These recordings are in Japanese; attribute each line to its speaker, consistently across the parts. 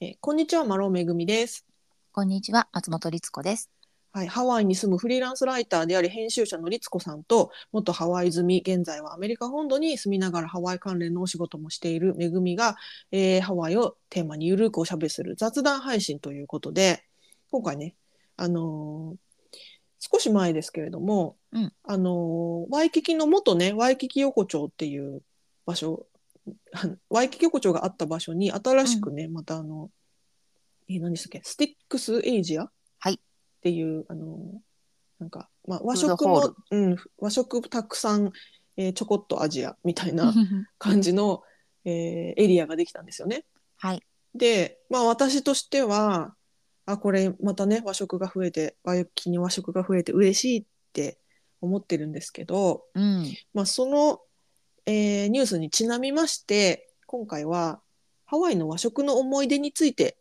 Speaker 1: えーこんにちは、マロンめぐみです。
Speaker 2: こんにちは、松本律子です。
Speaker 1: はい、ハワイに住むフリーランスライターであり編集者の律子さんと元ハワイ住み現在はアメリカ本土に住みながらハワイ関連のお仕事もしているめぐみが、えーハワイをテーマにゆるくおしゃべりする雑談配信ということで今回ね、あのー少し前ですけれども、
Speaker 2: うん
Speaker 1: あのーワイキキの元ねワイキキ横丁っていう場所あのワイキキ横丁があった場所に新しくね、またあの、えー何でしたっけスティックスエイジアっていうあのなんか、まあ、和食
Speaker 2: フードホ
Speaker 1: も、うん、和食たくさん、えーちょこっとアジアみたいな 感じの、えーエリアができたんですよね。
Speaker 2: はい。
Speaker 1: で、まあ、私としてはあこれまたね和食が増えて和気に和食が増えて嬉しいって思ってるんですけど、
Speaker 2: うん。
Speaker 1: まあ、その、えーニュースにちなみまして今回はハワイの和食の思い出について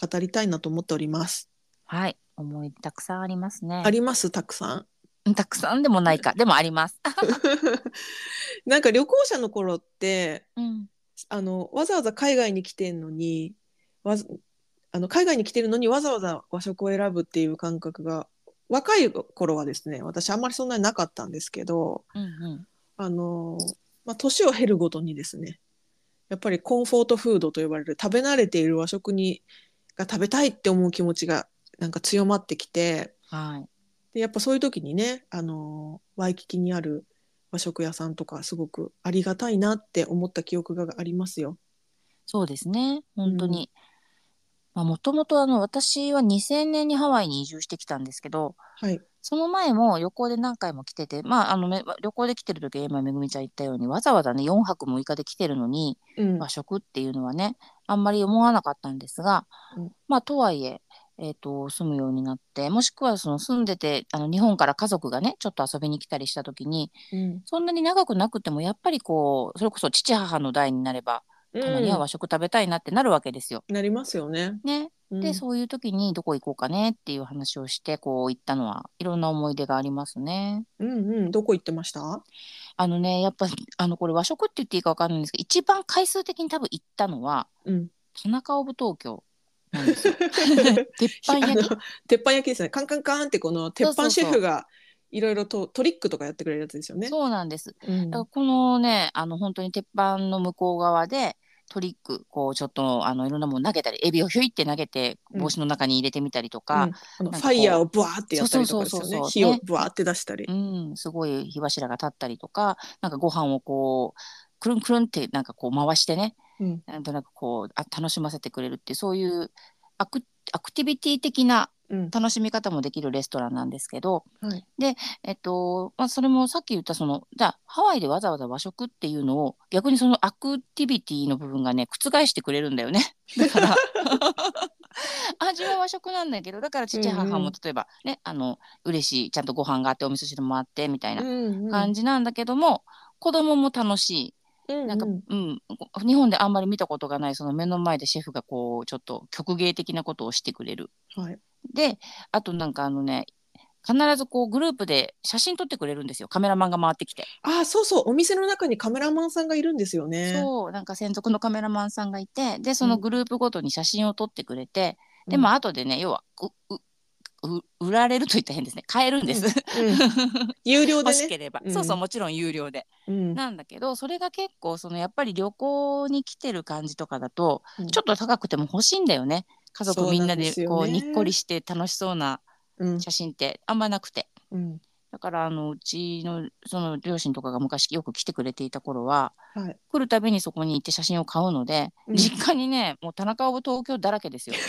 Speaker 1: 語りたいなと思っております。
Speaker 2: はい。思い出たくさんありますね
Speaker 1: あ。りますたくさん。
Speaker 2: たくさんでもないか。でもあります。
Speaker 1: なんか旅行者の頃って
Speaker 2: うん。
Speaker 1: あのわざわざ海外に来てんのにわざあの海外に来てるのにわざわざ和食を選ぶっていう感覚が若い頃はですね私あんまりそんなになかったんですけど
Speaker 2: うんうん。
Speaker 1: あの、まあ、年を経るごとにですねやっぱりコンフォートフードと呼ばれる食べ慣れている和食にが食べたいって思う気持ちがなんか強まってきて
Speaker 2: はい。
Speaker 1: でやっぱそういう時にね、あのーワイキキにある和食屋さんとかすごくありがたいなって思った記憶がありますよ。
Speaker 2: そうですね。本当に。まあ、もともとあの、私は2000年にハワイに移住してきたんですけど、
Speaker 1: はい、
Speaker 2: その前も旅行で何回も来てて、まあ、あの、め旅行で来てる時、今めぐみちゃん言ったように、わざわざね、4泊6日で来てるのに、
Speaker 1: うん
Speaker 2: 和食っていうのはねあんまり思わなかったんですが、
Speaker 1: うん
Speaker 2: まあとはいええー、と住むようになってもしくはその住んでてあの日本から家族がねちょっと遊びに来たりした時に
Speaker 1: うん
Speaker 2: そんなに長くなくてもやっぱりこうそれこそ父母の代になればたまには和食食べたいなってなるわけですよ。
Speaker 1: なりますよね。
Speaker 2: ね、
Speaker 1: うん
Speaker 2: で、そういう時にどこ行こうかねっていう話をしてこう行ったのはいろんな思い出がありますね。
Speaker 1: うんうん、どこ行ってました
Speaker 2: あのねやっぱあのこれ和食って言っていいか分かんないんですけど一番回数的に多分行ったのは
Speaker 1: うん、
Speaker 2: 田中オブ東京なんで すよ鉄板
Speaker 1: あ
Speaker 2: 焼き
Speaker 1: の鉄板焼きですねカンカンカンってこの鉄板シェフがいろいろとトリックとかやってくれるやつですよね。
Speaker 2: そうなんです、
Speaker 1: うん
Speaker 2: だからこのねあの本当に鉄板の向こう側でトリックこうちょっとあのいろんなもの投げたりエビをひょいって投げて
Speaker 1: うん
Speaker 2: 帽子の中に入れてみたりと
Speaker 1: うんあ
Speaker 2: か、
Speaker 1: の
Speaker 2: なんかこう
Speaker 1: ファイヤーをブワーってやったりとかですよ
Speaker 2: そうそうそうそ
Speaker 1: ね
Speaker 2: う
Speaker 1: 火をブワーって出したり
Speaker 2: う。んすごい火柱が立ったりとかなんかご飯をこうくるんくるんってなんかこう回してね
Speaker 1: うん
Speaker 2: なんとなくこうあ楽しませてくれるっていうそういうアクアクティビティ的な
Speaker 1: うん
Speaker 2: 楽しみ方もできるレストランなんですけど、
Speaker 1: はい
Speaker 2: えっとまあ、それもさっき言ったそのじゃあハワイでわざわざ和食っていうのを逆にそのアクティビティの部分がね覆してくれるんだよね だから味は和食なんだけどだから父母
Speaker 1: うんう
Speaker 2: も
Speaker 1: ん
Speaker 2: 例えばね、あの嬉しいちゃんとご飯があってお味噌汁もあってみたいな
Speaker 1: うんうん
Speaker 2: 感じなんだけども、子供も楽し
Speaker 1: う
Speaker 2: い
Speaker 1: ん
Speaker 2: なんか、
Speaker 1: う
Speaker 2: うん日本であんまり見たことがないその目の前でシェフがこうちょっと曲芸的なことをしてくれる。
Speaker 1: はい、
Speaker 2: であとなんかあのね必ずこうグループで写真撮ってくれるんですよカメラマンが回ってきて、
Speaker 1: あそうそうお店の中にカメラマンさんがいるんですよね。
Speaker 2: そうなんか専属のカメラマンさんがいてでそうの
Speaker 1: ん
Speaker 2: グループごとに写真を撮ってくれて、
Speaker 1: うん
Speaker 2: でも後でね要はううう売られると言ったら変で すね買えるんです、
Speaker 1: うん有料で
Speaker 2: 欲しけ
Speaker 1: ね。
Speaker 2: れば、
Speaker 1: うん
Speaker 2: そうそうもちろん有料で、
Speaker 1: うん
Speaker 2: なんだけどそれが結構そのやっぱり旅行に来てる感じとかだと、
Speaker 1: うん
Speaker 2: ちょっと高くても欲しいんだよね家
Speaker 1: そう
Speaker 2: 族
Speaker 1: なん
Speaker 2: みんな
Speaker 1: です
Speaker 2: で
Speaker 1: よ
Speaker 2: こう
Speaker 1: ね
Speaker 2: にっこりして楽しそうな
Speaker 1: うん
Speaker 2: 写真ってあんまなくて。
Speaker 1: うん
Speaker 2: だからあのうちのその両親とかが昔よく来てくれていた頃は
Speaker 1: はい、
Speaker 2: 来るたびにそこに行って写真を買うので、
Speaker 1: うん
Speaker 2: 実家にねもう田中オブ東京だらけですよ。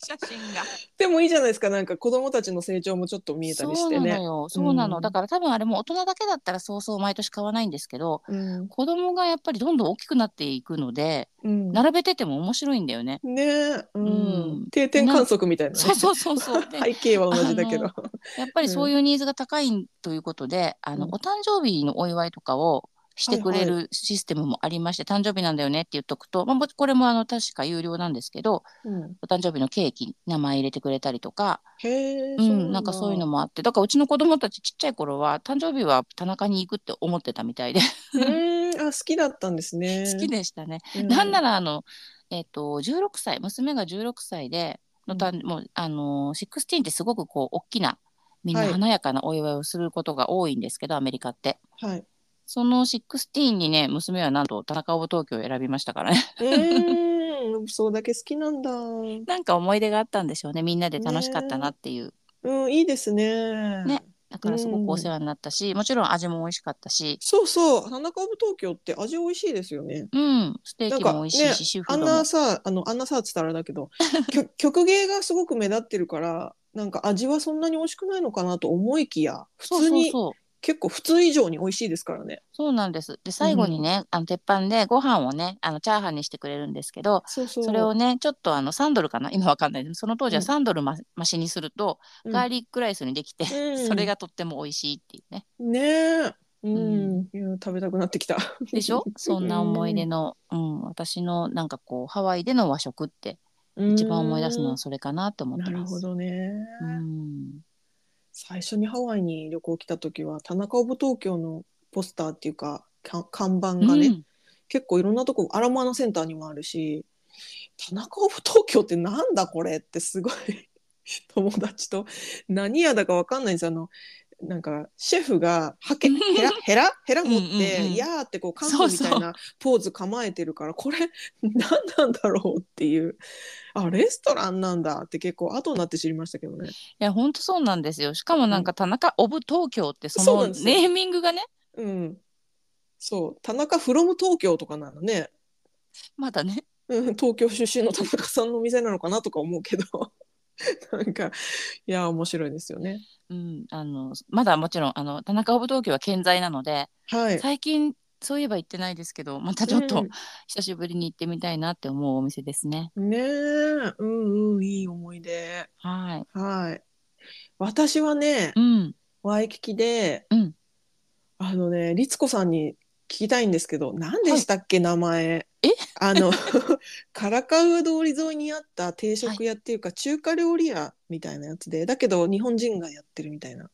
Speaker 2: 写真が
Speaker 1: でもいいじゃないですかなんか子供たちの成長もちょっと見えたりして
Speaker 2: そうなの
Speaker 1: ね。
Speaker 2: よそうな
Speaker 1: う
Speaker 2: の、
Speaker 1: ん
Speaker 2: だから多分あれも大人だけだったらそうそう毎年買わないんですけど
Speaker 1: うん
Speaker 2: 子供がやっぱりどんどん大きくなっていくので
Speaker 1: うん、
Speaker 2: 並べてても面白いんだよね。
Speaker 1: ねえ、うん
Speaker 2: うん
Speaker 1: 定点観測みたいな、ね、
Speaker 2: そうそうそうそうで
Speaker 1: 背景 は同じだけど
Speaker 2: あ。やっぱりそういうニーズが高いということで、あの
Speaker 1: うん
Speaker 2: お誕生日のお祝いとかをしてくれ
Speaker 1: は
Speaker 2: るシステムもありまして、誕生日なんだよねって言っとくと、まあもち、これもあの確か有料なんですけど
Speaker 1: うん、
Speaker 2: お誕生日のケーキに名前入れてくれたりとか、
Speaker 1: へえ、
Speaker 2: う
Speaker 1: そ
Speaker 2: ん、なんかそういうのもあってだからうちの子供たちちっちゃい頃は誕生日は田中に行くって思ってたみたいで
Speaker 1: うんだ。うんあ好きだったんですね。
Speaker 2: 好きでしたね。
Speaker 1: うん
Speaker 2: なんならあのえっ、と、16歳、娘が16歳で、のたん、もう、あのー、16ってすごくこう、大きな、みんな
Speaker 1: はい
Speaker 2: 華やかなお祝いをすることが多いんですけど、アメリカって。
Speaker 1: はい。
Speaker 2: その16にね、娘はなんと田中尾東京を選びましたからね。
Speaker 1: うーん、そうだけ好きなんだ。う
Speaker 2: なんか思い出があったんでしょうね。みんなで楽しかったなっていう。
Speaker 1: ん、いいですね。
Speaker 2: ねだからすごくお世話になったし、もちろん味も美味しかったし、
Speaker 1: そうそう、田中オブ東京って味美味しいですよ ね。
Speaker 2: うん、ステーキも美味しいし、シーフ
Speaker 1: あ
Speaker 2: ー
Speaker 1: ん
Speaker 2: ドも
Speaker 1: な。さ、あの、あんなさって言ったらあれだけど、 きょ曲芸がすごく目立ってるから、なんか味はそんなに美味しくないのかなと思いきや、普
Speaker 2: そう
Speaker 1: 通
Speaker 2: そう
Speaker 1: に、
Speaker 2: そう。
Speaker 1: 結構普通以上に美味しいですからね。
Speaker 2: そうなんです。で、最後にね、あの鉄板でご飯をね、あのチャーハンにしてくれるんですけど、
Speaker 1: そうそう。
Speaker 2: それをね、ちょっとあの3ドルかな、今わかんないです。その当時
Speaker 1: う
Speaker 2: は
Speaker 1: ん
Speaker 2: 3ドルま増しにすると、
Speaker 1: うん
Speaker 2: ガーリックライスにできて、
Speaker 1: うん
Speaker 2: それがとっても美味しいっ ていうね。
Speaker 1: ねえ。うん、
Speaker 2: う
Speaker 1: いや食べたくなってきた。
Speaker 2: でしょそんな思い出の、うん、私のなんかこう、ハワイでの和食って、
Speaker 1: うん
Speaker 2: 一番思い出すのはそれかなって思って
Speaker 1: なる
Speaker 2: ま
Speaker 1: ほ
Speaker 2: す。
Speaker 1: どね。
Speaker 2: うん、
Speaker 1: 最初にハワイに旅行来た時は田中オブ東京のポスターっていうかか看板がね、
Speaker 2: うん
Speaker 1: 結構いろんなとこアラモアナセンターにもあるし田中オブ東京ってなんだこれってすごい 友達と何屋だかわかんないんですよあのなんかシェフがはけヘ ラヘラヘラ持っ
Speaker 2: うんうんうん
Speaker 1: て「やー」ってこう韓国みたいなポーズ構えてるからこれ何なんだろうっていうあレストランなんだって結構後になって知りましたけどね。
Speaker 2: いや本当そうなんですよしかもなんか田中オブ東京ってそ
Speaker 1: そう
Speaker 2: の
Speaker 1: なんですよ
Speaker 2: ネーミングがね
Speaker 1: うん。そう、田中フロム東京とかなのね。
Speaker 2: まだね
Speaker 1: うん、東京出身の田中さんのお店なのかなとか思うけど。 なんか、いや、面白いですよね。
Speaker 2: うん、あのまだもちろんあの田中オブ東京は健在なので、
Speaker 1: はい。
Speaker 2: 最近そういえば行ってないですけどまたちょっと
Speaker 1: う
Speaker 2: 久しぶりに行ってみたいなって思うお店ですね。
Speaker 1: んねえ、うんうん、いい思い出。
Speaker 2: はい、
Speaker 1: はい。私はね
Speaker 2: う、ん、
Speaker 1: ワイキキで、
Speaker 2: うん
Speaker 1: あのね、律子さんに聞きたいんですけど、何でしたっけ、名前。
Speaker 2: え
Speaker 1: あの、 からかう通り沿いにあった定食屋っていうか、中華料理屋みたいなやつで、だけど日本人がやってるみたいな。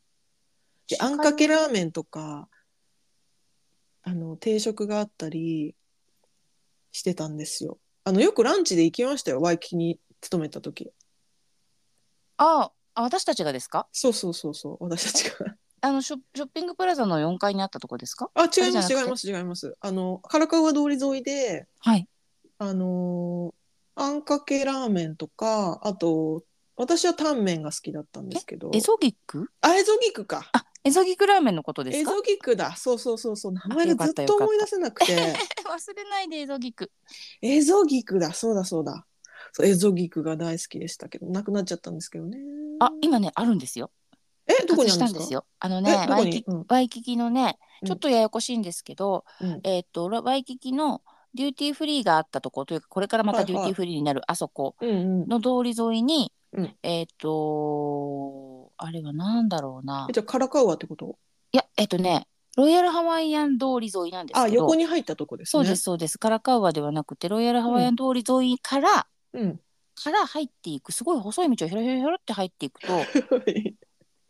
Speaker 1: で、あんかけラーメンとか、あの、定食があったりしてたんですよ。あの、よくランチで行きましたよ、ワイキキに勤めた時。
Speaker 2: ああ私たちがですか
Speaker 1: そうそうそうそう、私たちが。
Speaker 2: あのショショッピングプラザの4階にあったとこですか
Speaker 1: あ、違います、
Speaker 2: あれじゃなくて
Speaker 1: 違います、違います。あの、唐川通り沿いで、
Speaker 2: はい
Speaker 1: あのーあんかけラーメンとか、あと、私はタンメンが好きだったんですけど。
Speaker 2: エゾギック
Speaker 1: あ、エゾギクか。
Speaker 2: あエゾギックラーメンのことで
Speaker 1: エ
Speaker 2: すか
Speaker 1: ゾギクだ。そうそうそうそう。名前
Speaker 2: よ
Speaker 1: が
Speaker 2: かっ
Speaker 1: ずったと
Speaker 2: よか
Speaker 1: 思
Speaker 2: っ
Speaker 1: い
Speaker 2: た
Speaker 1: 出せなくて。
Speaker 2: 忘れないでエゾギック
Speaker 1: エゾギクだ。そうだそうだ。そうエゾギクが大好きでしたけど、なくなっちゃったんですけどね。
Speaker 2: あ今ねあるんですよ
Speaker 1: え、どこにあ
Speaker 2: 外
Speaker 1: る
Speaker 2: した
Speaker 1: ん
Speaker 2: ん
Speaker 1: で
Speaker 2: ですす
Speaker 1: か
Speaker 2: よあの
Speaker 1: え
Speaker 2: ね
Speaker 1: ど
Speaker 2: ワ
Speaker 1: こ
Speaker 2: イ
Speaker 1: に
Speaker 2: キ
Speaker 1: うん
Speaker 2: ワイキキのね
Speaker 1: うん
Speaker 2: ちょっとややこしいんですけど、
Speaker 1: うん
Speaker 2: えっとワイキキのデューティーフリーがあったとこというかこれからま
Speaker 1: は
Speaker 2: た
Speaker 1: いは
Speaker 2: デ
Speaker 1: い
Speaker 2: ューティーフリーになるあそこ
Speaker 1: うんうん。
Speaker 2: の通り沿いに、
Speaker 1: うん
Speaker 2: えっ、とあれはなんだろうな
Speaker 1: え、じゃあ、カラカウアってこと
Speaker 2: いやえっ、とねロイヤルハワイアン通り沿いなんですけど
Speaker 1: あ、横に入ったとこです
Speaker 2: そ
Speaker 1: ね。
Speaker 2: うです。そうですカラカウアではなくてロイヤルハワイアン通り沿いから、
Speaker 1: うん。
Speaker 2: から入っていくすごい細い道をひょろひょろひょろって入って いくと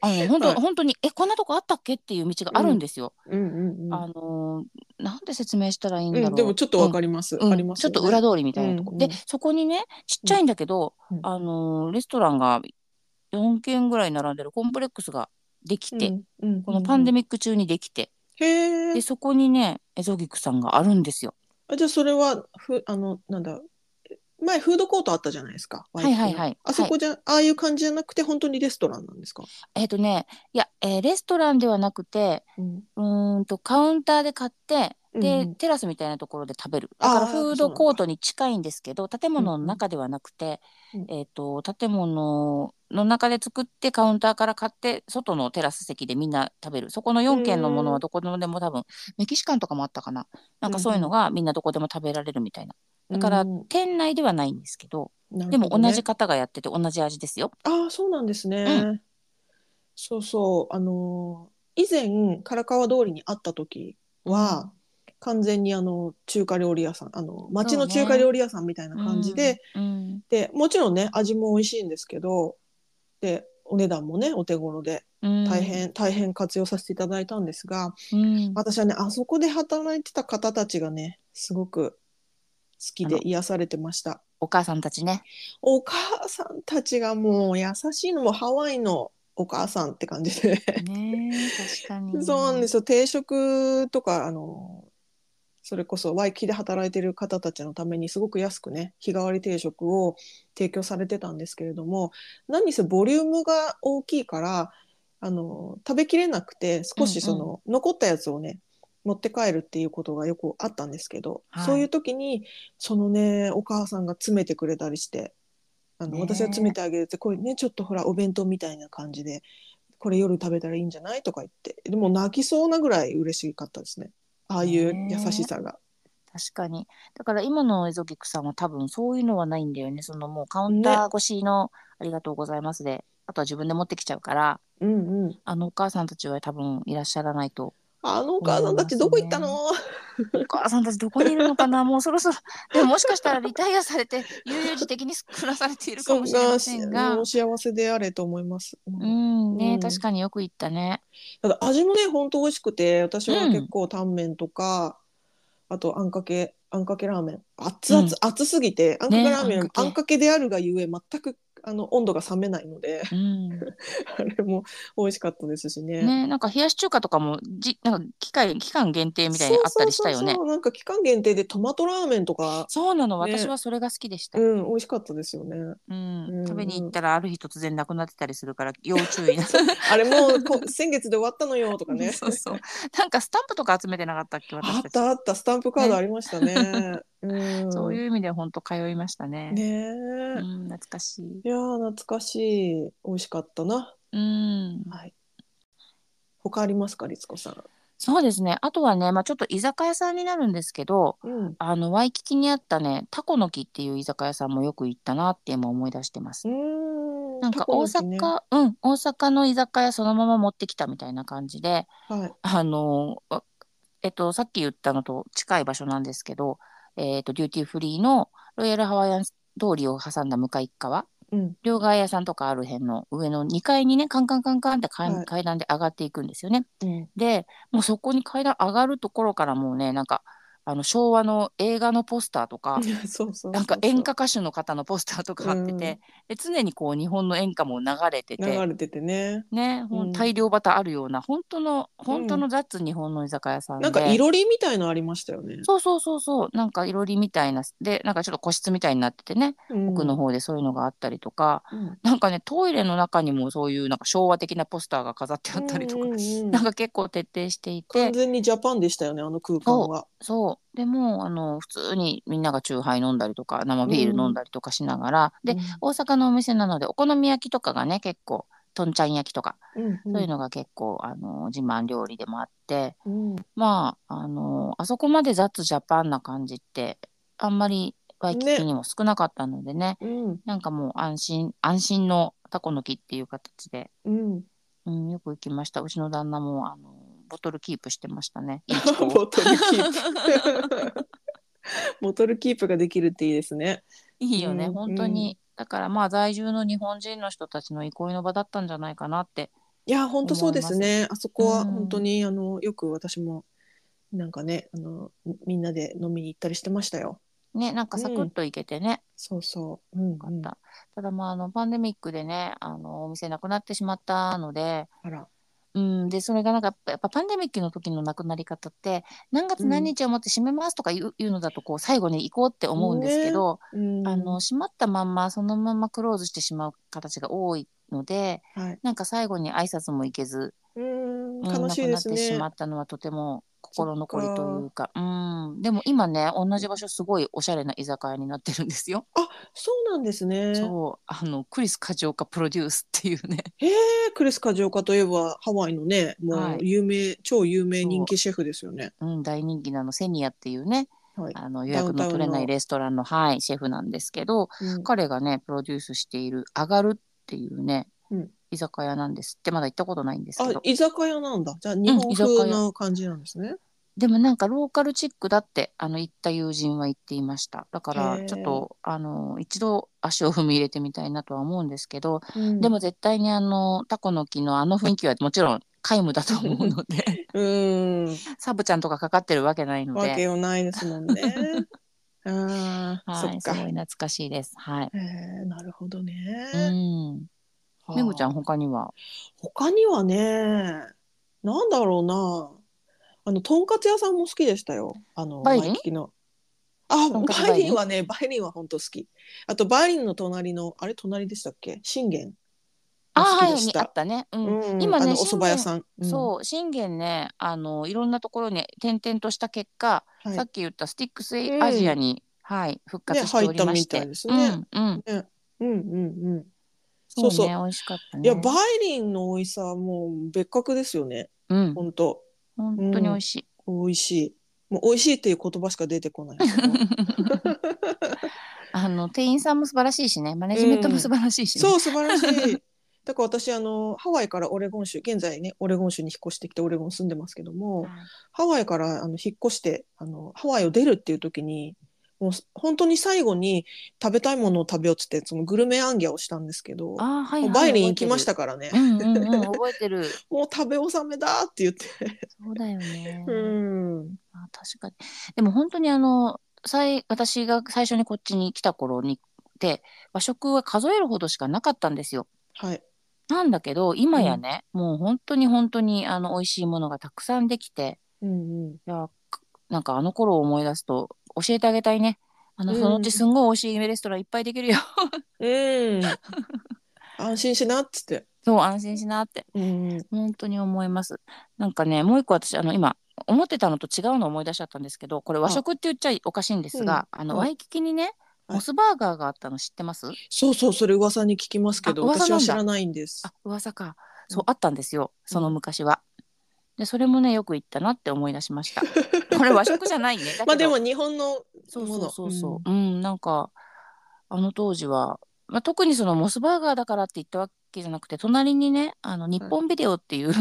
Speaker 2: あの本当、
Speaker 1: はい
Speaker 2: 本当にえこんなとこあったっけっていう道があるんですよ。
Speaker 1: うんうんうん。
Speaker 2: あのーなんで説明したらいいんだろう。
Speaker 1: うん、でもちょっとわかります。
Speaker 2: うん
Speaker 1: あります
Speaker 2: ちょっと裏通りみたいなとこ、
Speaker 1: うんうん
Speaker 2: でそこにねちっちゃいんだけど、
Speaker 1: うん
Speaker 2: あのーレストランが4軒ぐらい並んでるコンプレックスができて、このパンデ
Speaker 1: ミ
Speaker 2: ミック中にできて、
Speaker 1: ック。へ
Speaker 2: で
Speaker 1: え。
Speaker 2: そこにねエゾギクさんがあるんですよ。
Speaker 1: あじゃあそれはふあのなんだ前フードコートあったじゃないですか。
Speaker 2: はいはいはい
Speaker 1: ワイキキのあそこじゃ、ああいう感じじゃなくて本当にレストランなんですか。
Speaker 2: えっ、とねいや、えーレストランではなくて
Speaker 1: うん、
Speaker 2: うーんとカウンターで買ってで、
Speaker 1: うん
Speaker 2: テラスみたいなところで食べるだから
Speaker 1: あー
Speaker 2: フードコートに近いんですけど建物の中ではなくて、
Speaker 1: うんうん
Speaker 2: えー、と建物の中で作ってカウンターから買って外のテラス席でみんな食べるそこの4軒のものはどこでも多分メキシカンとかもあったかななんかそういうのがみんなどこでも食べられるみたいなだから
Speaker 1: うん
Speaker 2: 店内ではないんですけど
Speaker 1: なるほどね
Speaker 2: でも同じ方がやってて同じ味ですよ。
Speaker 1: ああそうなんですね。
Speaker 2: う
Speaker 1: そうそうあのー以前唐川通りにあった時は、完全にあの中華料理屋さんあの町の中華料理屋さんみたいな感じで、
Speaker 2: うん
Speaker 1: でもちろんね味も美味しいんですけどでお値段もねお手頃で
Speaker 2: うん
Speaker 1: 大変、大変活用させていただいたんですが
Speaker 2: うん
Speaker 1: 私はねあそこで働いてた方たちがねすごくきで癒されてました。
Speaker 2: お母さんたちね
Speaker 1: お母さんたちがもう優しいのもハワイのお母さんって感じで。
Speaker 2: ねえ確か に
Speaker 1: そうなんですすよ定食とかあのそれこそワイキで働いてる方たちのためにすごく安くね日替わり定食を提供されてたんですけれども何せボリュームが大きいからあの食べきれなくて少しその、残ったやつをね持って帰るっていうことがよくあったんですけど、
Speaker 2: はい
Speaker 1: そういう時にそのねお母さんが詰めてくれたりしてあの
Speaker 2: ねえ
Speaker 1: 私は詰めてあげるってこれねちょっとほらお弁当みたいな感じでこれ夜食べたらいいんじゃないとか言ってでも泣きそうなぐらい嬉しかったですねああいう
Speaker 2: ねえ
Speaker 1: 優しさが。
Speaker 2: 確かにだから今のエゾギクさんは多分そういうのはないんだよねそのもうカウンター越しの「ありがとうございますで」あとは自分で持ってきちゃうから
Speaker 1: うんうん、
Speaker 2: あのお母さんたちは多分いらっしゃらない と
Speaker 1: あのお母さんたちどこ行ったの、
Speaker 2: お母さんたちどこにいるのかなもうそろそろでももしかしたらリタイアされて悠々自適に暮らされているかもしれませんが
Speaker 1: そんなしもう幸せであれと思います。
Speaker 2: うんね、
Speaker 1: うん
Speaker 2: 確かによく言ったね
Speaker 1: ただ味もね本当美味しくて私は
Speaker 2: うん
Speaker 1: 結構タンメンとか、あとあんかけあんかけラーメン熱々、
Speaker 2: うん
Speaker 1: 熱すぎてあんかけラーメン、
Speaker 2: あんか
Speaker 1: あ
Speaker 2: け
Speaker 1: んかけであるがゆえ全くあの温度が冷めないので
Speaker 2: うん
Speaker 1: あれも美味しかったですしね。
Speaker 2: ねなんか冷やし中華とかもじなんか期間期間限定みたいにあったりしたよ
Speaker 1: そうそう
Speaker 2: ね
Speaker 1: そうそうなんか期間限定でトマトラーメンとか、
Speaker 2: そうなの
Speaker 1: ね
Speaker 2: 私はそれが好きでした、
Speaker 1: うん、美味しかったですよね。
Speaker 2: うん
Speaker 1: うん
Speaker 2: 食べに行ったらある日突然なくなってたり するから要注意な
Speaker 1: あれもうこ 先月で終わったのよとかね。
Speaker 2: そうそうなんかスタンプとか集めてなかったっけ
Speaker 1: あ
Speaker 2: 私
Speaker 1: った
Speaker 2: ち
Speaker 1: たあったスタンプカードありましたね。うん、
Speaker 2: そ
Speaker 1: う
Speaker 2: ういう意味で本当通いましたね
Speaker 1: ねえ、
Speaker 2: うん、懐かしい
Speaker 1: いやー懐かしい美味しかったな。
Speaker 2: うん
Speaker 1: はい。他ありますか、律子さん。
Speaker 2: そうですねあとはね、まあ、ちょっと居酒屋さんになるんですけど
Speaker 1: うん。
Speaker 2: あのワイキキにあったねタコの木っていう居酒屋さんもよく行ったなって今思い出してます
Speaker 1: うん。
Speaker 2: なんか
Speaker 1: タコ
Speaker 2: 大
Speaker 1: の日
Speaker 2: 阪、
Speaker 1: ね
Speaker 2: うん大阪の居酒屋そのまま持ってきたみたいな感じで
Speaker 1: はい。
Speaker 2: あのわえっとさっき言ったのと近い場所なんですけど、えっとデューティーフリーのロイヤルハワイアン通りを挟んだ向かい側
Speaker 1: うん。
Speaker 2: 両替屋さんとかある辺の上の2階にねカンカンカンカンって階,、
Speaker 1: はい
Speaker 2: 階段で上がっていくんですよね。
Speaker 1: うん。
Speaker 2: でもうそこに階段上がるところからもうねなんかあの昭和の映画のポスターと か
Speaker 1: そうそうそうそう。
Speaker 2: なんか演歌歌手の方のポスターとか貼ってて、で常にこう日本の演歌も流れてて
Speaker 1: 流れててね。
Speaker 2: ね、ほ
Speaker 1: う
Speaker 2: ん
Speaker 1: ん
Speaker 2: 大量バタあるような本当の本当
Speaker 1: う
Speaker 2: のザッツ日本の居酒屋さんで、
Speaker 1: なんかいろりみたいのありましたよね。
Speaker 2: そうそうそうそうなんかいろりみたいなでなんかちょっと個室みたいになっててね、
Speaker 1: うん
Speaker 2: 奥の。方でそういうのがあったりとか
Speaker 1: うん
Speaker 2: なんかねトイレの中にもそういうなんか昭和的なポスターが飾ってあったりと
Speaker 1: う
Speaker 2: か、
Speaker 1: んうんうん
Speaker 2: なんか結構徹底していて
Speaker 1: 完全にジャパンでしたよね、あの空間は。
Speaker 2: そうでもうあの普通にみんながチューハイ飲んだりとか生ビール飲んだりとかしながら、
Speaker 1: う
Speaker 2: で
Speaker 1: ん
Speaker 2: 大阪のお店なのでお好み焼きとかがね結構とんちゃん焼きとか
Speaker 1: うん
Speaker 2: そういうのが結構、あの自慢料理でもあって
Speaker 1: うん。
Speaker 2: まあ、あのあそこまでザッツジャパンな感じってあんまりワイキキにも少なかったのでね
Speaker 1: うん。
Speaker 2: なんかもう安心安心のタコの木っていう形で、
Speaker 1: うん。
Speaker 2: うん、よく行きましたうちの旦那もあのボトルキープしてましたね。 いい気候
Speaker 1: ボトルキープ。 ボトルキープができるっていいですね。
Speaker 2: いいよね、
Speaker 1: うん
Speaker 2: 本当に、だからまあ在住の日本人の人たちの憩いの場だったんじゃないかなって
Speaker 1: いや本当そうですねあそこは本当に、あのよく私もなんかねあのみんなで飲みに行ったりしてましたよ
Speaker 2: ねなんかサクッと行けてね、
Speaker 1: そうそう、うん
Speaker 2: よかったただまああのパンデミックでねあのお店なくなってしまったので、
Speaker 1: あら
Speaker 2: うん、でそれがなんかやっぱパンデミックの時の亡くなり方って何月何日をもって閉めますとかいう,、いうのだとこう最後に行こうって思うんですけど、
Speaker 1: うん
Speaker 2: あの閉まったまんまそのままクローズしてしまう形が多いので
Speaker 1: はい、
Speaker 2: なんか最後に挨拶も行けず、
Speaker 1: うん
Speaker 2: うん
Speaker 1: 悲しいです
Speaker 2: 亡くなってし
Speaker 1: ね
Speaker 2: まったのはとても心残りというかうんでも今ね同じ場所すごいおしゃれな居酒屋になってるんですよ。
Speaker 1: そうなんですね
Speaker 2: そうあのクリス・カジオカプロデュースっていうね
Speaker 1: へえクリス・カジオカといえばハワイのねも
Speaker 2: は
Speaker 1: う
Speaker 2: い
Speaker 1: 有名、超有名人気シェフですよね
Speaker 2: うん、大人気なのセニアっていうね
Speaker 1: はい、
Speaker 2: あの予約の取れないレストランのはい、シェフなんですけど
Speaker 1: うん
Speaker 2: 彼がねプロデュースしている「上がる」っていうね、
Speaker 1: うん
Speaker 2: 居酒屋なんですってまだ行ったことないんですけ
Speaker 1: あ
Speaker 2: ど
Speaker 1: 居酒屋なんだじゃあ日本風な感じなんですね、
Speaker 2: でもなんかローカルチックだってあの行った友人は言っていましただか
Speaker 1: へー
Speaker 2: らちょっとあの一度足を踏み入れてみたいなとは思うんですけど、
Speaker 1: うん
Speaker 2: でも絶対にあのタコの木のあの雰囲気はもちろん皆無だと思うので
Speaker 1: うん
Speaker 2: サブちゃんとかかかってるわけないの
Speaker 1: わけ
Speaker 2: で
Speaker 1: よないですもんね。ああ、
Speaker 2: は
Speaker 1: そ
Speaker 2: い、
Speaker 1: っ
Speaker 2: す
Speaker 1: か。
Speaker 2: ごい懐かしいです。はい。
Speaker 1: えー、なるほどね。
Speaker 2: うん。
Speaker 1: はあ
Speaker 2: めぐちゃん、他には。
Speaker 1: 他にはね、なんだろうな。あの、とんかつ屋さんも好きでしたよ。あの、
Speaker 2: バイリン
Speaker 1: 前聞きの。あ、
Speaker 2: とんかつ
Speaker 1: バイリンはね、バイリンは本当好き。あと、バイリンの隣の、あれ、隣でしたっけ信玄。
Speaker 2: あ、は
Speaker 1: 好き
Speaker 2: い、
Speaker 1: でし
Speaker 2: に
Speaker 1: た
Speaker 2: あったね。うん。
Speaker 1: うん、
Speaker 2: 今ね
Speaker 1: あの、お蕎麦屋さん。
Speaker 2: そう、信玄ね、あの、いろんなところに転々とした結果、
Speaker 1: うん。はい
Speaker 2: さっき言ったスティックス
Speaker 1: うん
Speaker 2: アジアに、はい、復活
Speaker 1: ね
Speaker 2: しておりまして。
Speaker 1: 入ったみたいですね
Speaker 2: うん、うん、
Speaker 1: うんうんうん。
Speaker 2: そ
Speaker 1: そうう
Speaker 2: ね、
Speaker 1: そう
Speaker 2: 美味しかったね。
Speaker 1: いや、バイリンの美味しさはもう別格ですよね。
Speaker 2: うん、
Speaker 1: 本当
Speaker 2: 本当に美味しい。
Speaker 1: 美味しい。もう美味しいっていう言葉しか出て こない。
Speaker 2: あの、店員さんも素晴らしいしね、マネジメントも素晴らしいしね。
Speaker 1: そう素晴らしい。だから私あのハワイからオレゴン州現在ねオレゴン州に引っ越してきてオレゴン住んでますけども
Speaker 2: はい
Speaker 1: ハワイからあの引っ越してあのハワイを出るっていう時にもう本当に最後に食べたいものを食べようっつってそのグルメ行脚をしたんですけど
Speaker 2: あー、はい、はい。
Speaker 1: バイリン行きましたからね
Speaker 2: 覚えてる。うん、うん、うん、覚えてる。
Speaker 1: もう食べ納めだって言って
Speaker 2: そうだよね。
Speaker 1: うん
Speaker 2: あ確かに。でも本当にあの、最私が最初にこっちに来た頃にで和食は数えるほどしかなかったんですよ。
Speaker 1: はい
Speaker 2: なんだけど今やね、もう本当に本当にあの美味しいものがたくさんできて
Speaker 1: うんうん
Speaker 2: いやくなんかあの頃を思い出すと教えてあげたいね。あの
Speaker 1: うん
Speaker 2: そのうちすんごい美味しいレストランいっぱいできるよ。
Speaker 1: うん 安心しなっつって
Speaker 2: そう安心しなって
Speaker 1: うん
Speaker 2: 本当に思います。なんかねもう一個私あの今思ってたのと違うの思い出しちゃったんですけどこれ和食って言っちゃいおかしいんですが、あの
Speaker 1: は
Speaker 2: ワ
Speaker 1: い
Speaker 2: イキキにね、
Speaker 1: はい
Speaker 2: モスバーガーがあったの知ってます
Speaker 1: そうそうそれ噂に聞きますけど
Speaker 2: あ
Speaker 1: 私
Speaker 2: 噂なんだ
Speaker 1: は知らないんです
Speaker 2: あ噂か
Speaker 1: うん
Speaker 2: そう、あったんですよその昔は。でそれもねよく行ったなって思い出しました。これ和食じゃないね。だけ ど
Speaker 1: まあでも日本の
Speaker 2: そう
Speaker 1: も
Speaker 2: そう
Speaker 1: の
Speaker 2: そうそう、うんなんかあの当時は、まあ、特にそのモスバーガーだからって言ったわけじゃなくて隣にねあの日本ビデオっていう、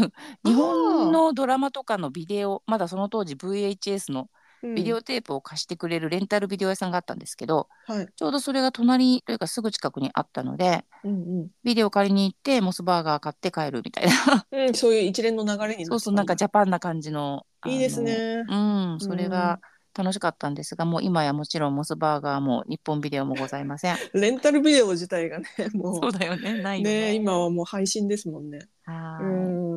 Speaker 2: 日本のドラマとかのビデオまだその当時 VHS
Speaker 1: う
Speaker 2: の
Speaker 1: ん
Speaker 2: ビデオテープを貸してくれるレンタルビデオ屋さんがあったんですけど、
Speaker 1: はい。
Speaker 2: ちょうどそれが隣というかすぐ近くにあったので
Speaker 1: うんうん。
Speaker 2: ビデオ借りに行ってモスバーガー買って帰るみたいな
Speaker 1: うん、そういう一連の流れに
Speaker 2: そ
Speaker 1: な
Speaker 2: う
Speaker 1: って
Speaker 2: そ
Speaker 1: た
Speaker 2: う、
Speaker 1: だ
Speaker 2: なんかジャパンな感じの。あの
Speaker 1: いいです。ね。
Speaker 2: うん、それが楽しかったんですが、もう今やもちろんモスバーガーも日本ビデオもございません。
Speaker 1: レンタルビデオ自体がね、も
Speaker 2: そうだよね、な
Speaker 1: う。
Speaker 2: いよね。
Speaker 1: ね、今はもう配信ですもんね。
Speaker 2: は
Speaker 1: う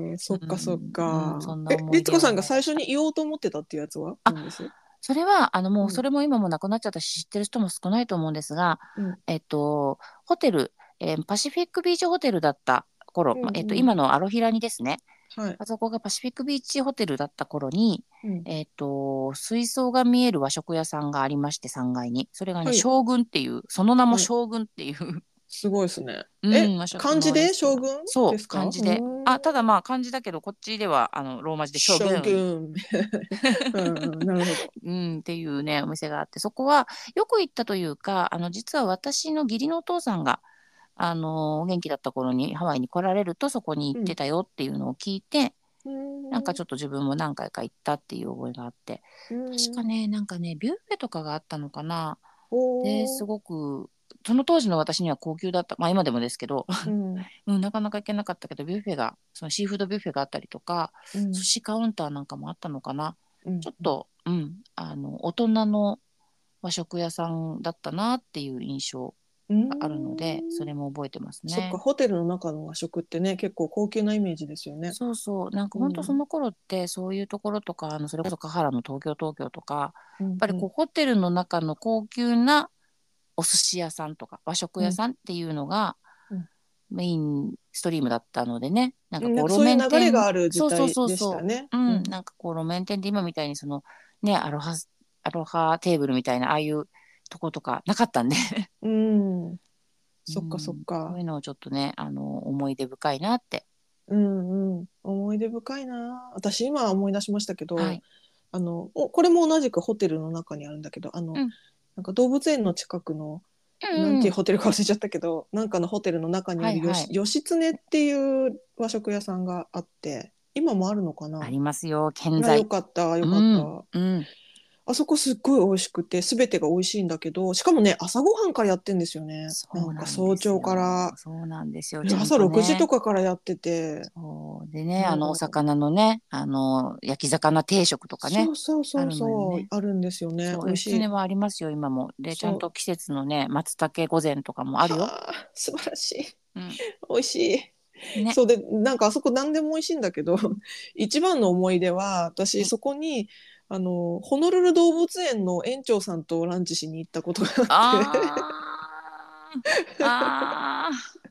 Speaker 2: ーい
Speaker 1: ん、そっかそっ
Speaker 2: うんう
Speaker 1: か
Speaker 2: んそん。な思い出は
Speaker 1: え、律子さんが最初に言おうと思ってたっていうやつは。
Speaker 2: あ
Speaker 1: なんです
Speaker 2: それは、あの、もううんそれも今もなくなっちゃったし、知ってる人も少ないと思うんですが、
Speaker 1: うん
Speaker 2: えっと、ホテル、えーパシフィックビーチホテルだった頃、
Speaker 1: うんうん
Speaker 2: まあえっと、今のアロヒラにですね、
Speaker 1: はい。
Speaker 2: あそこがパシフィックビーチホテルだった頃に、
Speaker 1: うん
Speaker 2: えっと、水槽が見える和食屋さんがありまして、3階に。それがね、
Speaker 1: はい
Speaker 2: 将軍っていう、その名も
Speaker 1: はい
Speaker 2: 将軍っていう、
Speaker 1: すごいですね。
Speaker 2: うん
Speaker 1: え
Speaker 2: 和食の
Speaker 1: 漢字
Speaker 2: レ
Speaker 1: で
Speaker 2: ストラン
Speaker 1: 将軍。
Speaker 2: そう
Speaker 1: ですか
Speaker 2: 漢字で
Speaker 1: うん
Speaker 2: あただまあ漢字だけどこっちではあのローマ字で将
Speaker 1: 将
Speaker 2: 軍
Speaker 1: 軍。うんうん、なるほ
Speaker 2: うん、っていうねお店があってそこはよく行ったというかあの実は私の義理のお父さんがあのお元気だった頃にハワイに来られるとそこに行ってたよっていうのを聞いて、
Speaker 1: ど。
Speaker 2: なんかち
Speaker 1: ょ
Speaker 2: ょ
Speaker 1: っ
Speaker 2: っと自分も何回か行ったっていう覚えがあって、
Speaker 1: と
Speaker 2: 確か。ねなんかねビュッフェとかがあったのかな
Speaker 1: おー
Speaker 2: ですごくその当時の私には高級だったまあ今でもですけど、
Speaker 1: うんう
Speaker 2: うん、なかなか行けなかったけどビュッフェがそのシーフードビュッフェがあったりとか
Speaker 1: ん
Speaker 2: 寿司カウンターなんかもあったのかな、
Speaker 1: うん
Speaker 2: ちょっと、うん、あの大人の和食屋さんだったなっていう印象
Speaker 1: うん
Speaker 2: があるので、それも覚えてますね。
Speaker 1: そっかホテルの中の和食ってね結構高級なイメージですよね。
Speaker 2: そうそうなんか本当
Speaker 1: うん
Speaker 2: その頃ってそういうところとか、あのそれこそ香原の東京東京とか
Speaker 1: や
Speaker 2: やっぱりこう、ホテルの中の高級なお寿司屋さんとか和食屋さんっていうのが
Speaker 1: うん
Speaker 2: メインストリームだったのでね、なんか
Speaker 1: うんなん
Speaker 2: こう
Speaker 1: か
Speaker 2: 路
Speaker 1: そういう
Speaker 2: 面
Speaker 1: 流れ
Speaker 2: 店
Speaker 1: がある時
Speaker 2: そうそう
Speaker 1: 代
Speaker 2: そう
Speaker 1: でし
Speaker 2: そう
Speaker 1: たね。
Speaker 2: う
Speaker 1: うん
Speaker 2: ん、なんかこう路面店で今みたいにそのねアロハアロハテーブルみたいなああいうとことかなかっ たんで
Speaker 1: うんそっ
Speaker 2: うん
Speaker 1: かそっ
Speaker 2: そ
Speaker 1: か
Speaker 2: ういう。のをちょっとねあの思い出深いなって、
Speaker 1: うんうん思い出深いな。私今思い出しましたけど、
Speaker 2: はい、
Speaker 1: あのおこれも同じくホテルの中にあるんだけどあの、
Speaker 2: うん
Speaker 1: なんか動物園の近くの、なんていうホテルか忘れちゃったけどなんかのホテルの中にあるよ
Speaker 2: はい
Speaker 1: し
Speaker 2: は
Speaker 1: 義経っていう和食屋さんがあって今もあるのかな
Speaker 2: あ。りますよ健
Speaker 1: あよ
Speaker 2: 在、
Speaker 1: かったよかった。
Speaker 2: うん、
Speaker 1: あそこすっごい美味しくて、すべてが美味しいんだけど、しかもね、朝ごはんからやってんですよね。なんか早朝から。
Speaker 2: そうなんですよ。
Speaker 1: 朝6時と
Speaker 2: か。
Speaker 1: かからやってて。
Speaker 2: そうでね、
Speaker 1: うん
Speaker 2: あのお魚のね、あの焼き魚定食とかね
Speaker 1: そ。うそうそう
Speaker 2: あるの
Speaker 1: そ
Speaker 2: よ
Speaker 1: う
Speaker 2: ね、
Speaker 1: あるんですよね。
Speaker 2: そう
Speaker 1: 美味
Speaker 2: う
Speaker 1: し
Speaker 2: ち
Speaker 1: い
Speaker 2: に。もありますよ今もでち
Speaker 1: そう
Speaker 2: ゃんと季節のね松茸御膳とかもあるよ、
Speaker 1: はあ素晴らしい。
Speaker 2: うん
Speaker 1: 美味しい。
Speaker 2: ね、
Speaker 1: そうでなんかあそこ何でも美味しいんだけど 一番の思い出は
Speaker 2: うん
Speaker 1: 私そこにあのホノルル動物園の園長さんとランチしに行ったことがあって
Speaker 2: あーあ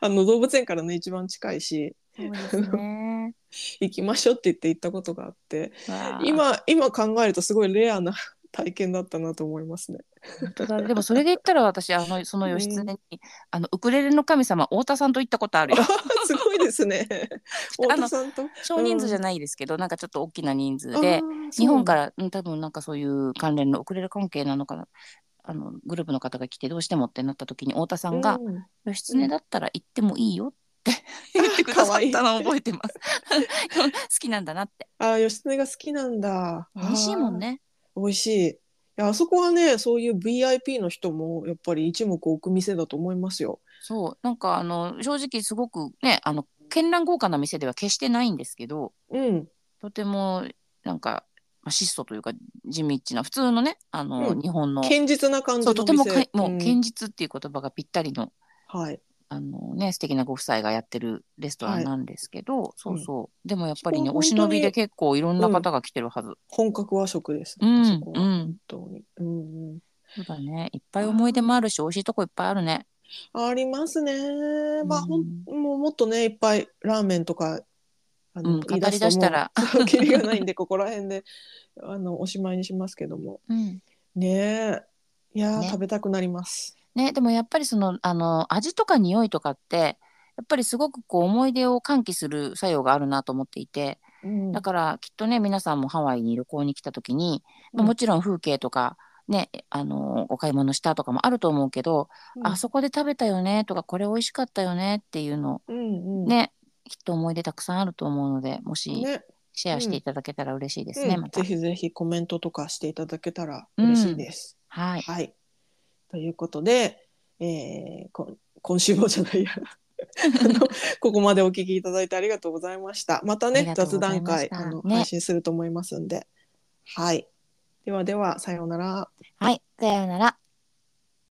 Speaker 1: あの動物園からね一番近いし
Speaker 2: ーそうですね
Speaker 1: 行きましょうって言って行ったことがあって
Speaker 2: わー
Speaker 1: 今今考えるとすごいレアな 体験だったなと思いますね。
Speaker 2: 本当だねでもそれで言ったら私あのその義経に、あのウクレレの神様太田さんと行ったことあ る よ
Speaker 1: すごいですね。
Speaker 2: あ
Speaker 1: 太
Speaker 2: の
Speaker 1: 田さんと
Speaker 2: 少人数じゃないですけどなんかちょっと大きな人数
Speaker 1: あー
Speaker 2: で日本かららうん多分なんかそういう関連のウクレレ関係なのかなあのグループの方が来てどうしてもってなった時に太田さんが
Speaker 1: うん
Speaker 2: 「義経だったら行ってもいいよ」って言ってくださったのを覚えてます 好きなんだなって
Speaker 1: あー義経が好きなんだ。
Speaker 2: 美味しいもんね
Speaker 1: 美味しい。いや、あそこはね、そういう VIP の人もやっぱり一目置く店だと思いますよ。
Speaker 2: そうなんかあの正直すごくねあの絢爛豪華な店では決してないんですけど、
Speaker 1: うん。
Speaker 2: とてもなんか、まあ、質素というか地道な普通のねあの、
Speaker 1: うん
Speaker 2: 日本の
Speaker 1: 堅実な感じ
Speaker 2: そ
Speaker 1: の
Speaker 2: うとてもかい
Speaker 1: 店。
Speaker 2: もう堅
Speaker 1: ん
Speaker 2: 実っていう言葉がぴったりの
Speaker 1: はい。
Speaker 2: あの、ね、素敵なご夫妻がやってるレストランなんですけど、そうそう、でもやっぱりね
Speaker 1: そこ
Speaker 2: お忍びで
Speaker 1: 本当
Speaker 2: 結構いろんな方が来てるはず、
Speaker 1: 本格和食です
Speaker 2: う
Speaker 1: ね。
Speaker 2: ん
Speaker 1: あそこは
Speaker 2: うん
Speaker 1: 本当に。うんうん。
Speaker 2: そうだねいっぱい思い出もあるし美味しいとこいっぱいあるね
Speaker 1: ありますね。まあ、ほん、
Speaker 2: う
Speaker 1: もうもっとね、いっぱいラーメンとか。あ
Speaker 2: うん語り出したら
Speaker 1: 言い出すともうキリがないんで、ここら辺で。あの、おしまいにしますけども。
Speaker 2: うん
Speaker 1: ねえ。いやー、
Speaker 2: ね
Speaker 1: 食べたくなります。
Speaker 2: ね、でもやっぱりそのあの味とか匂いとかってやっぱりすごくこう思い出を喚起する作用があるなと思っていて、
Speaker 1: うん
Speaker 2: だ。からきっとね皆さんもハワイに旅行に来た時に、まあ
Speaker 1: うん
Speaker 2: もちろん風景とか、ね、あのお買い物したとかもあると思うけど、あそこで食べたよねとかこれ美味しかったよねっていうの、
Speaker 1: うんうん。。
Speaker 2: ねきっと思い出たくさんあると思うのでもし
Speaker 1: ね。
Speaker 2: シェアしていただけたら嬉しいですね、
Speaker 1: うん
Speaker 2: また
Speaker 1: ぜ。ひぜひコメントとかしていただけたら嬉しいです。
Speaker 2: はい、
Speaker 1: はい。ということで、えー、こ今週もじゃ ないや。あのここまでお聞きいただいてありがとうございました。また
Speaker 2: あり
Speaker 1: ね
Speaker 2: がとうご
Speaker 1: 雑
Speaker 2: ざい
Speaker 1: 談
Speaker 2: まし
Speaker 1: 会
Speaker 2: た
Speaker 1: あの、
Speaker 2: ね
Speaker 1: 配信すると思いますんで、はい。ではではさようなら。
Speaker 2: はい、さようなら。